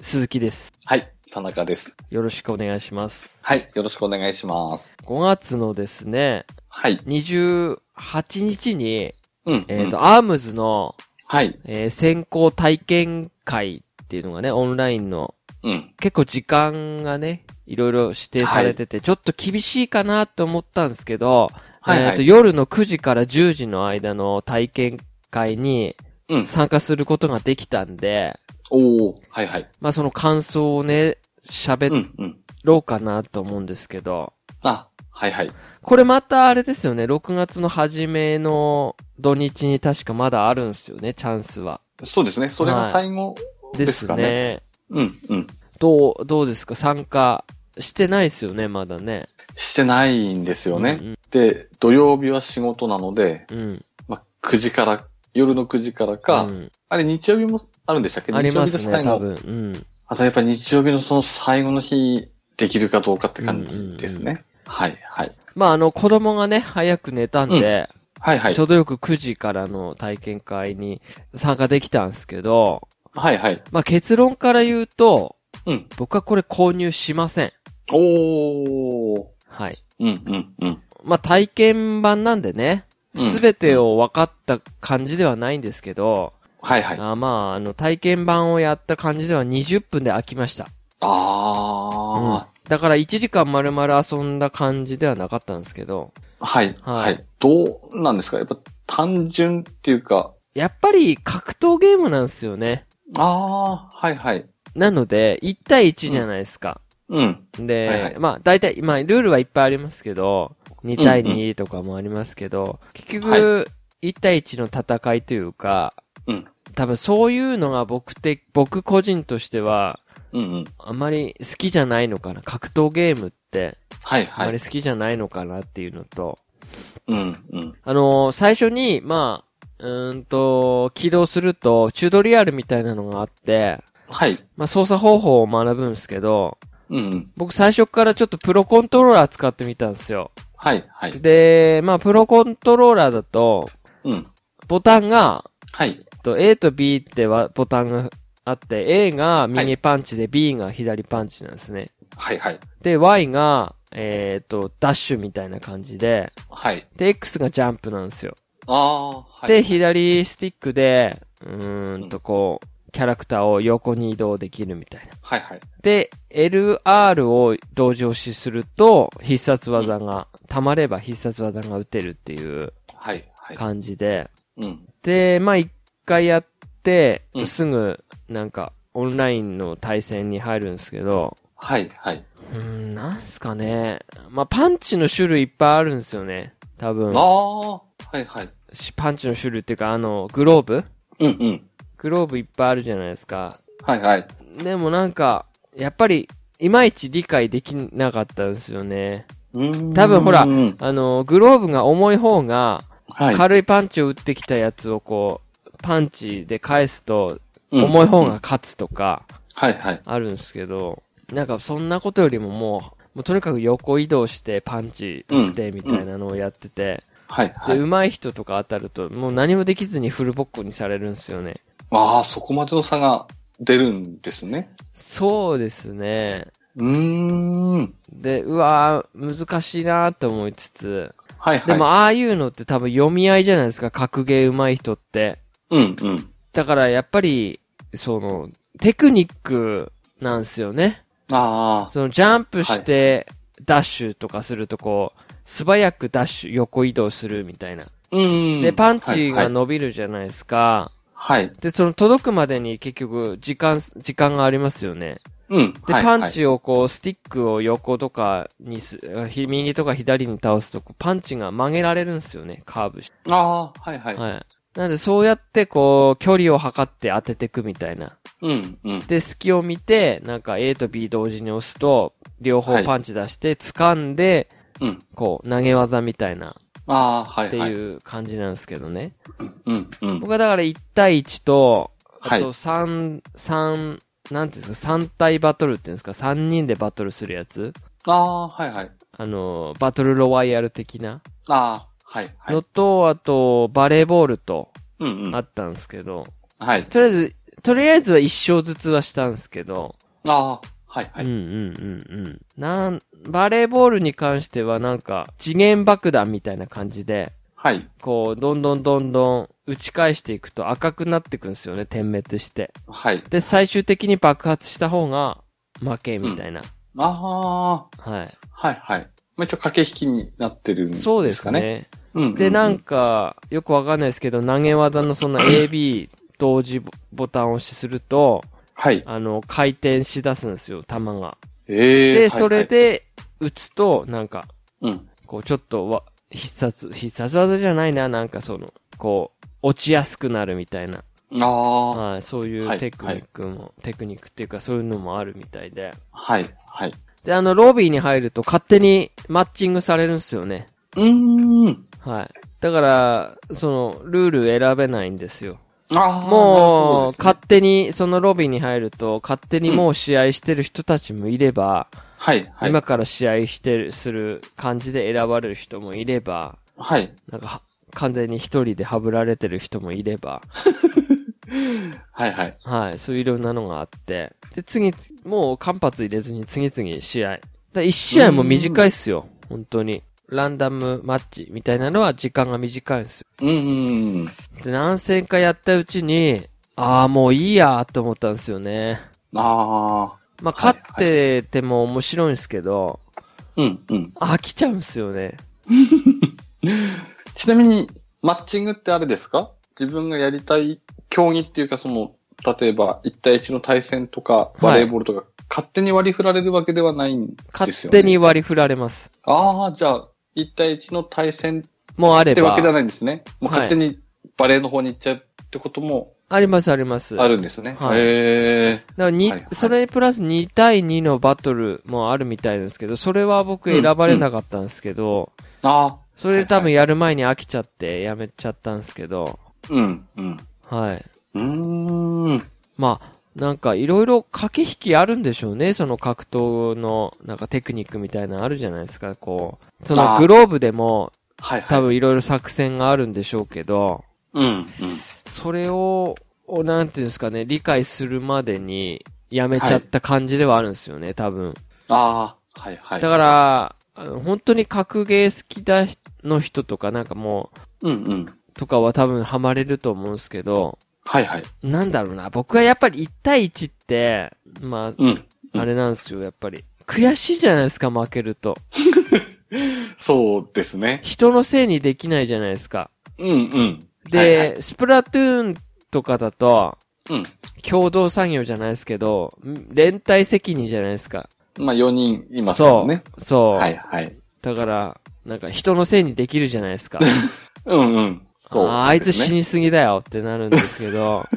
鈴木です。はい、田中です。よろしくお願いします。はい、よろしくお願いします。 5月のですね、はい。 28日に、うん。えっ、と、うんアームズの、はい。えー先行体験会っていうのがね、オンラインの、うん。結構時間がね、いろいろ指定されてて、ちょっと厳しいかなと思ったんですけど、はいはいえっ、と、夜の9時から10時の間の体験会にうん。参加することができたんで、おー、はいはい。まあその感想をね、う喋ん、うん。ろうかなと思うんですけど、あ、はいはい。これまたあれですよね、6月の初めの土日に確かまだあるんですよね、チャンスは。そうですね。それが最後でですすかね。ね。うん、うん。どう、どうですか参加してないですよね、まだね。してないんですよね。うんで、土曜日は仕事なので、うん。うん。まあ、9時から、夜の9時からか、うんあれ日曜日もあるんでしたっけあります日曜日ね、多の最後。分。うん。あとやっぱり日曜日のその最後の日、できるかどうかって感うんうんうじんですね。はい、はい。まあ、あの、子供がね、早く寝たんで、はいはいちょ。うどよく9時からの体験会に参加できたんですけど、はいはい。まあ、結論から言うと、うん。僕はこれ購入しません。おー。はい。うん、うん、うん。まあ、体験版なんでね、うんすべてを分かった感じではないんですけど、はいはい。あまあ、あの、体験版をやった感じでは20分で飽きました。うんあだから1時間丸々遊んだ感じではなかったんですけど、あ、はい、ははいい。どうなんですかやっぱ単純っていうか、やっぱり格闘ゲームなんですよね。ああ、はいはい。なので、1対1じゃないですか。うん。で、はいはいまあ、大体、まあ、ルールはいっぱいありますけど、2対2とかもありますけど、結局、1対1の戦いというか、うん多分そういうのが僕て、僕個人としては、うんうん。あんまり好きじゃないのかな。格闘ゲームって、はいあんはまいり。好きじゃないのかなっていうのと、うんうん。あのー最初に、まあ、うーんと、起動すると、チュートリアルみたいなのがあって、はい。まあ、操作方法を学ぶんですけど、うんうん。僕最初からちょっとプロコントローラー使ってみたんですよ。はいはい。で、まあ、プロコントローラーだと、うん。ボタンが、はい。えっと A と B ってはボタンがあって、A が右パンチで B が左パンチなんですね。はいはい。で、Y が、えーっと、ダッシュみたいな感じで、はい。で、X がジャンプなんですよ。ああ、はい。で、、左スティックで、うーんとこう、キャラクターを横に移動できるみたいな。はいはい。で、LR を同時押しすると、必殺技が、溜まれば必殺技が打てるっていうはいはい。感じで。うん。で、まあ一回やってう、んすぐ、なんか、オンラインの対戦に入るんですけど、はいはい。うーん、なんすかね。まあパンチの種類いっぱいあるんですよね。多分あ。あ、はいはい。しパンチの種類っていうか、あの、グローブうんうん。グローブいっぱいあるじゃないですか。はいはい。でもなんか、やっぱり、いまいち理解できなかったんですよね。うーん多分ほらうんあの、グローブが重い方が、はい。軽いパンチを打ってきたやつをこう、パンチで返すと、うん重い方が。勝つとか、はいはい。あるんですけど、なんかそんなことよりももう、もうとにかく横移動してパンチ打ってみたいなのをやってて、はいで、はい。上手い人とか当たると、もう何もできずにフルボッコにされるんですよね。ああ、そこまでの差が出るんですね。そうですね。うーん。で、うわー、難しいなーと思いつつ、はいはい。でも、ああいうのって多分読み合いじゃないですか、格ゲー上手い人って。うんうん。だからやっぱり、その、テクニックなんですよね。あそのジャンプして、ダッシュとかするとこう、素早くダッシュ、横移動するみたいな。あ。うん。で、パンチはいが伸びるじゃないですか。はい。はいで、その届くまでに結局、時間、時間がありますよね。うん。で、はいパン。チをこう、スティックを横とかにす、ひ右とか左に倒すと、こうパンチが曲げられるんですよね、カーブしはいああ、はいて。はい。はい。なんで、そうやってこう、距離を測って当ててくみたいな。うんうん。で、隙を見て、なんか A と B 同時に押すと、両方はいパンチ出して、掴んで、うん。こう、投げ技みたいな、ああ、はいはい。っていう感じなんですけどね。うんうん。僕はだから1対1と、はあいと3、三なんていうんですか、3対バトルっていうんですか、3人でバトルするやつああ、はいはい。あの、バトルロワイヤル的なああ、はいはいの。と、あと、バレーボールとうんうん。あはったんですけど、い。とりあえず、とりあえずは一勝ずつはしたんですけど、ああ、はいはうんい。うんうんうん。なん、バレーボールに関してはなんか、次元爆弾みたいな感じで、はい。こう、どんどんどんどん打ち返していくと赤くなっていくんですよね、点滅して。はい。で、最終的に爆発した方が負けみたいな。あはあ、はいはい。まあ、一応駆け引きになってるんい。ですかね。そうです。ね。うんうんうん、で、なんか、よくわかんないですけど、投げ技のその AB 同時ボタンを押しすると、はい。あの、回転しだすんですよ、球が。ええで、それ、で打つと、なんか、はいはいうん。こう、ちょっとわ、必殺、必殺技じゃないな、なんかその、こう、落ちやすくなるみたいな。ああ、はい、そういはういテクニックも、テクニックっていうかそういうのもあるみたいで。はい、はい。で、あの、ロビーに入ると勝手にマッチングされるんですよね。うーん。はい。だから、その、ルール選べないんですよ。あもう、あ、なるほど勝手に、そのロビーに入ると、勝手にもう試合してる人たちもいれば、はい、はい。今から試合してる、する感じで選ばれる人もいれば、はい。なんかは、完全に一人でハブられてる人もいれば、はい、はい。はい、そういういろんなのがあって、で、次、もう間髪入れずに次々試合。だ1試合も短いっすよ、本当に。ランダムマッチみたいなのは時間が短いんですよ。うんうんうん。で、何戦かやったうちに、ああ、もういいやーって思ったんですよね。ああ、まあ、はい勝ってても面白いんですけど、うんうん。飽きちゃうんですよね。ちなみに、マッチングってあれですか自分がやりたい競技っていうか、その、例えば、1対1の対戦とか、いバレーボールとか、勝手に割り振られるわけではないんですよね。勝手に。割り振られます。ああ、じゃあ、1対1の対戦もうあれってわばけ。ではないんですね。もうはい勝手にバレーの方に行っちゃうってこともありますあります。あるんですね。はいへえ。だからに、はいはいそれにプラス2対2のバトルもあるみたいなんですけど、それは僕選ばれなかったんですけど、ああ、それで多分やる前に飽きちゃってやめちゃったんですけど、うん、うん。はい。うーん。まあ、なんかいろいろ駆け引きあるんでしょうね。その格闘のなんかテクニックみたいなのあるじゃないですか、こう。そのあーグローブでもはいはい。多分いろいろ作戦があるんでしょうけど、うん、うん。それを、をなんていうんですかね、理解するまでにやめちゃった感じではあるんですよね、多分。ああ、はいはい。だから、あの本当に格ゲー好きだの人とかなんかもうんうん。う、とかは多分ハマれると思うんですけど、はいはい。なんだろうな、僕はやっぱり1対1って、まうん。あ、あれなんですよ、やっぱり。悔しいじゃないですか、負けると。そうですね。人のせいにできないじゃないですか。うんうん。で、はいはいスプラトゥーンとかだと、う共同作業じゃないですけど、ん連帯責任じゃないですか。ん。まあ、4人いますからそね。う。そう。はいはい。だから、なんか人のせいにできるじゃないですか。うんうん。そう、あーあいつ死に、にすぎだよってなるんですけど、はやっい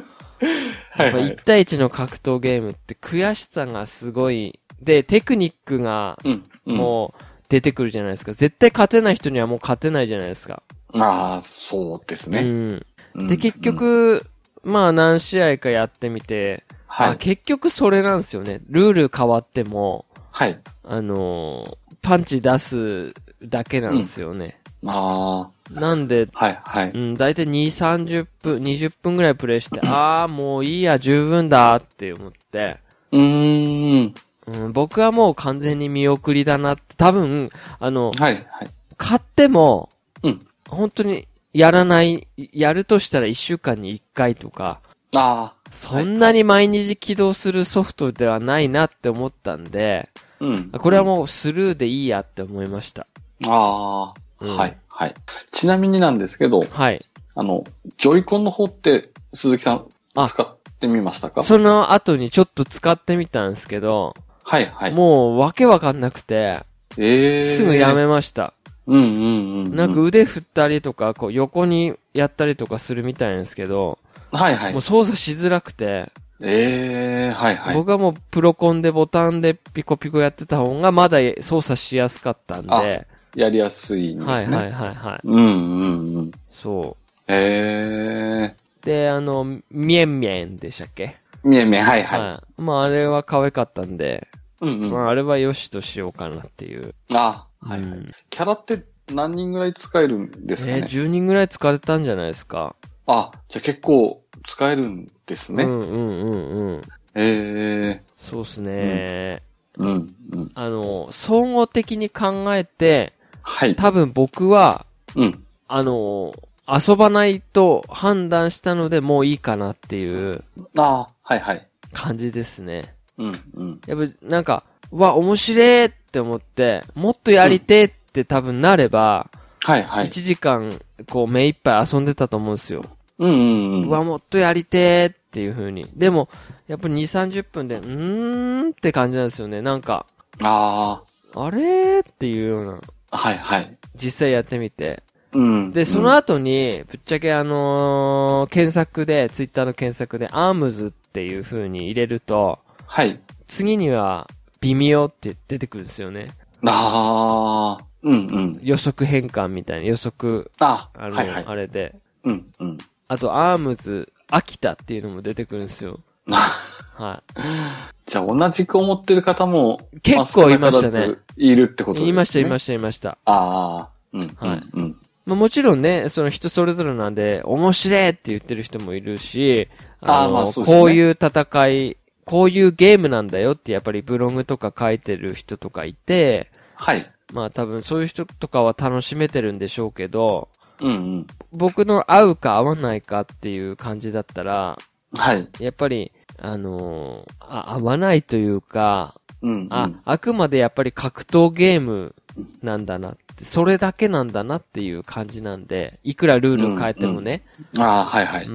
ぱはい1。対1の格闘ゲームって悔しさがすごい、で、テクニックがうん、うん。もう出てくるじゃないですか。絶対勝てない人にはもう勝てないじゃないですか。ああ、そうですね。う。うんんで、結、局、まあ何試合かやってみて、はあい。結局それなんですよね。ルール変わっても、はい。あのーパンチ出すだけなんですよね。あなんで、あ、はいはい。うん、大体2、30分、20分ぐらいプレイして、ああ、もういいや、十分だって思って、うーん。うん、僕はもう完全に見送りだなって、多分、あの、はいはい。買っても、うん。本当にやらない、やるとしたら1週間に1回とか、ああ、そんなに毎日起動するソフトではないなって思ったんで、うん。これはもうスルーでいいやって思いました。ああ、うんはいはい。ちなみになんですけど、はい。あの、ジョイコンの方って、鈴木さん、あ使ってみましたかその後にちょっと使ってみたんですけど、はいはい。もうわけわかんなくて、ええすぐやめました。うんうんうん。なんか、腕振ったりとか、こう横にやったりとかするみたいなんですけど、はいはいもう。操作しづらくて、ええはいはい。僕はもうプロコンでボタンでピコピコやってた方がまだ操作しやすかったんで、あはいやりやすいんですね。はいはいはい。うんうんうん。そええう。で、あの、ミエンミエンでしたっけ見え見え、はいはい。い。まああれは可愛かったんで、うんうん。まあああれは良しとしようかなっていう。はいはい、うんキャラって何人ぐらい使えるんですかえね、ー10人ぐらい使われたんじゃないですかあ、じゃあ結構使えるんですうね。んうんうんうん。ええそうっすね、うん、うん。あの、総合的に考えて、はい。多分僕は、うん。あの、遊ばないと判断したのでもういいかなっていうああ、はいはい。感じですね。うん、うん。やっぱなんか、うわ、面白えって思って、もっとやりてえって多分なれば、はいはい1。時間、こう目いっぱい遊んでたと思うんですよ。うん、うん、う。うんわ、もっとやりてーっていう風に。でも、やっぱり2、30分で、うーんって感じなんですよね。なんか、ああれーっていうような、あ、はいはい。実際やってみて。うん。で、その後に、ぶっちゃけあのー検索で、ツイッターの検索で、アームズっていう風に入れると、うんはい。次には、微妙って出てくるんですよね。ああ、うん、うん。予測変換みたいな、予測、あああ、の、はいはい。あれで。うん、うん。 あと、アームズ、秋田っていうのも出てくるんですよ。はじゃあ同じく思ってる方も、い。結構いましたね。。いるってこと言いました、言いましした、言いました。た。ああ、うん、うん、はいうん。まあ、もちろんね、その人それぞれなんで、面白いって言ってる人もいるし、あーのまあそうですねこういう戦い、こういうゲームなんだよってやっぱりブログとか書いてる人とかいて、はい。まあ多分そういう人とかは楽しめてるんでしょうけど、うん、僕の合うか合わないかっていう感じだったら、うん。はい。やっぱり、あのーあ、合わないというか、うん、うん。あ、あくまでやっぱり格闘ゲームなんだなって、それだけなんだなっていう感じなんで、いくらルール変えてもね、。ああ、はいはいうー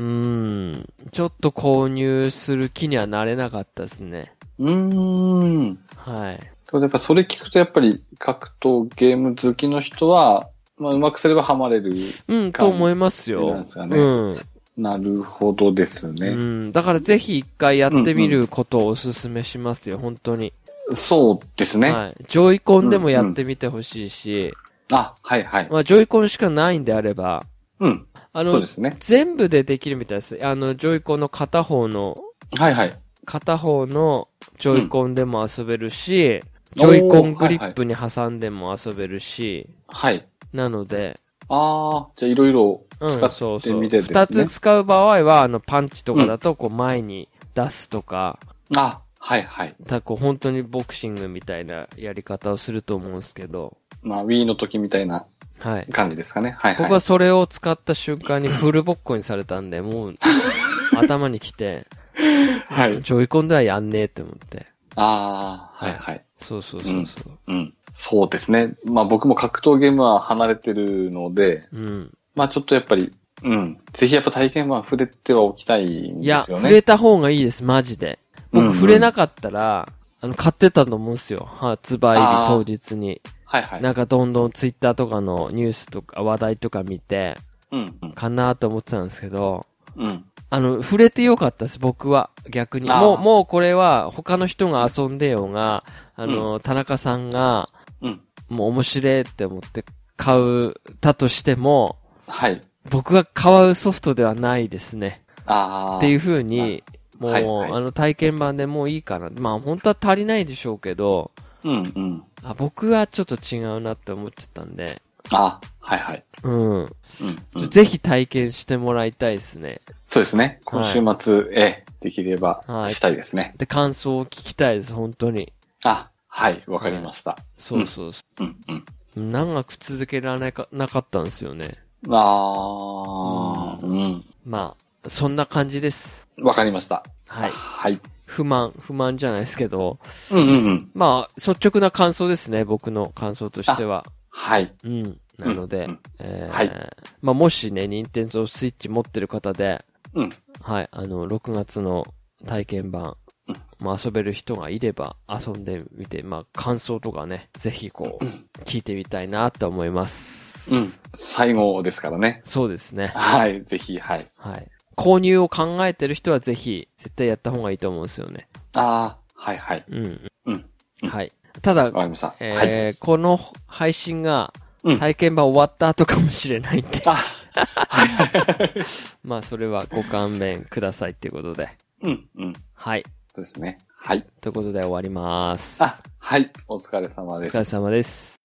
ん。ちょっと購入する気にはなれなかったですね。うーん。はい。ただやっぱそれ聞くとやっぱり格闘ゲーム好きの人は、まあうまくすればハマれる。うん、と思います感じなんよで。すかねうん、なるほどですうね。ん。だからぜひ一回やってみることをお勧めしますよ、本当に。そうですね。はい。ジョイコンでもやってみてほしいし、あ、はいはい。まあ、ジョイコンしかないんであれば、うん。あそうので、すね。全部でできるみたいです。あの、ジョイコンの片方の、はいはい。片方のジョイコンでも遊べるし、うんジョイコンおーはグいリはいップに挟んでも遊べるし、はい。なので、ああ、じゃあいろいろ使そうってそうみてですね。二つ使う場合は、あの、パンチとかだと、こう、前に出すとか、あ、はいはい。ただこう、本当にボクシングみたいなやり方をすると思うんですけど、まあ Wii の時みたいなはい。感じですかね。はいはい。僕はそれを使った瞬間にフルボッコにされたんで、もう、 頭に来て、はい。ジョイコンではやんねえって思って。ああ、はいはい。そうそうそうそう。うん。そうですね。まあ僕も格闘ゲームは離れてるので、うん。まあちょっとやっぱり、うん。ぜひやっぱ体験は触れてはおきたいんいでや、すよ触ね。れた方がいいです、マジで。うんう僕、ん触れなかったら、あの、買ってたと思うんですよ。発売日当日に。はいはい。なんかどんどんツイッターとかのニュースとか話題とか見て、うん、うん、かなと思ってたんですけど、うん。あの、触れてよかったです、僕は。逆に。あーもう、もうこれは他の人が遊んでようが、あの、田中さんが、うん。もう面白いって思って買う、たとしても、はい。僕が買うソフトではないですね。ああ。っていう風に、もう、はいはいあの体験版でもういいかな。まあ本当は足りないでしょうけど、うん、うん。あ僕はちょっと違うなって思っちゃったんで、あはいはい。うん。うん、うん。ぜひ体験してもらいたいですね。そうですね。今週末、ええ、できればはいしたいですね。で、感想を聞きたいです、本当に。あ、はい。わかりました。そうそうそうん、うん。う。長く続けられなかなかったんですよね。あー、うん。まあ、そんな感じです。わかりました。はい。はい。不満、不満じゃないですけど、うん、うん、うん。まあ、率直な感想ですね、僕の感想としては。はい。うん。なので、うんうんえーはいまあ、もしね、任天堂スイッチ持ってる方で、うん。はい、あの、6月の体験版うん、まあ、遊べる人がいれば遊んでみて、まあ、感想とかね、ぜひこう、聞いてみたいなと思います。うん。最後ですからね。そうですね。はい。ぜひ、はい。はい。購入を考えてる人はぜひ、絶対やった方がいいと思うんですよね。あー、はい、はい。うん。うん。うんはい。ただわ、かりました。えーはい。この配信がうん、体験版終わった後かもしれないんで、あ、はい。 まあ、それはご勘弁くださいっていうことで。うん、うん。はい。そうですね。はい。ということで終わります。あ、はい。お疲れ様おです疲れ。様です。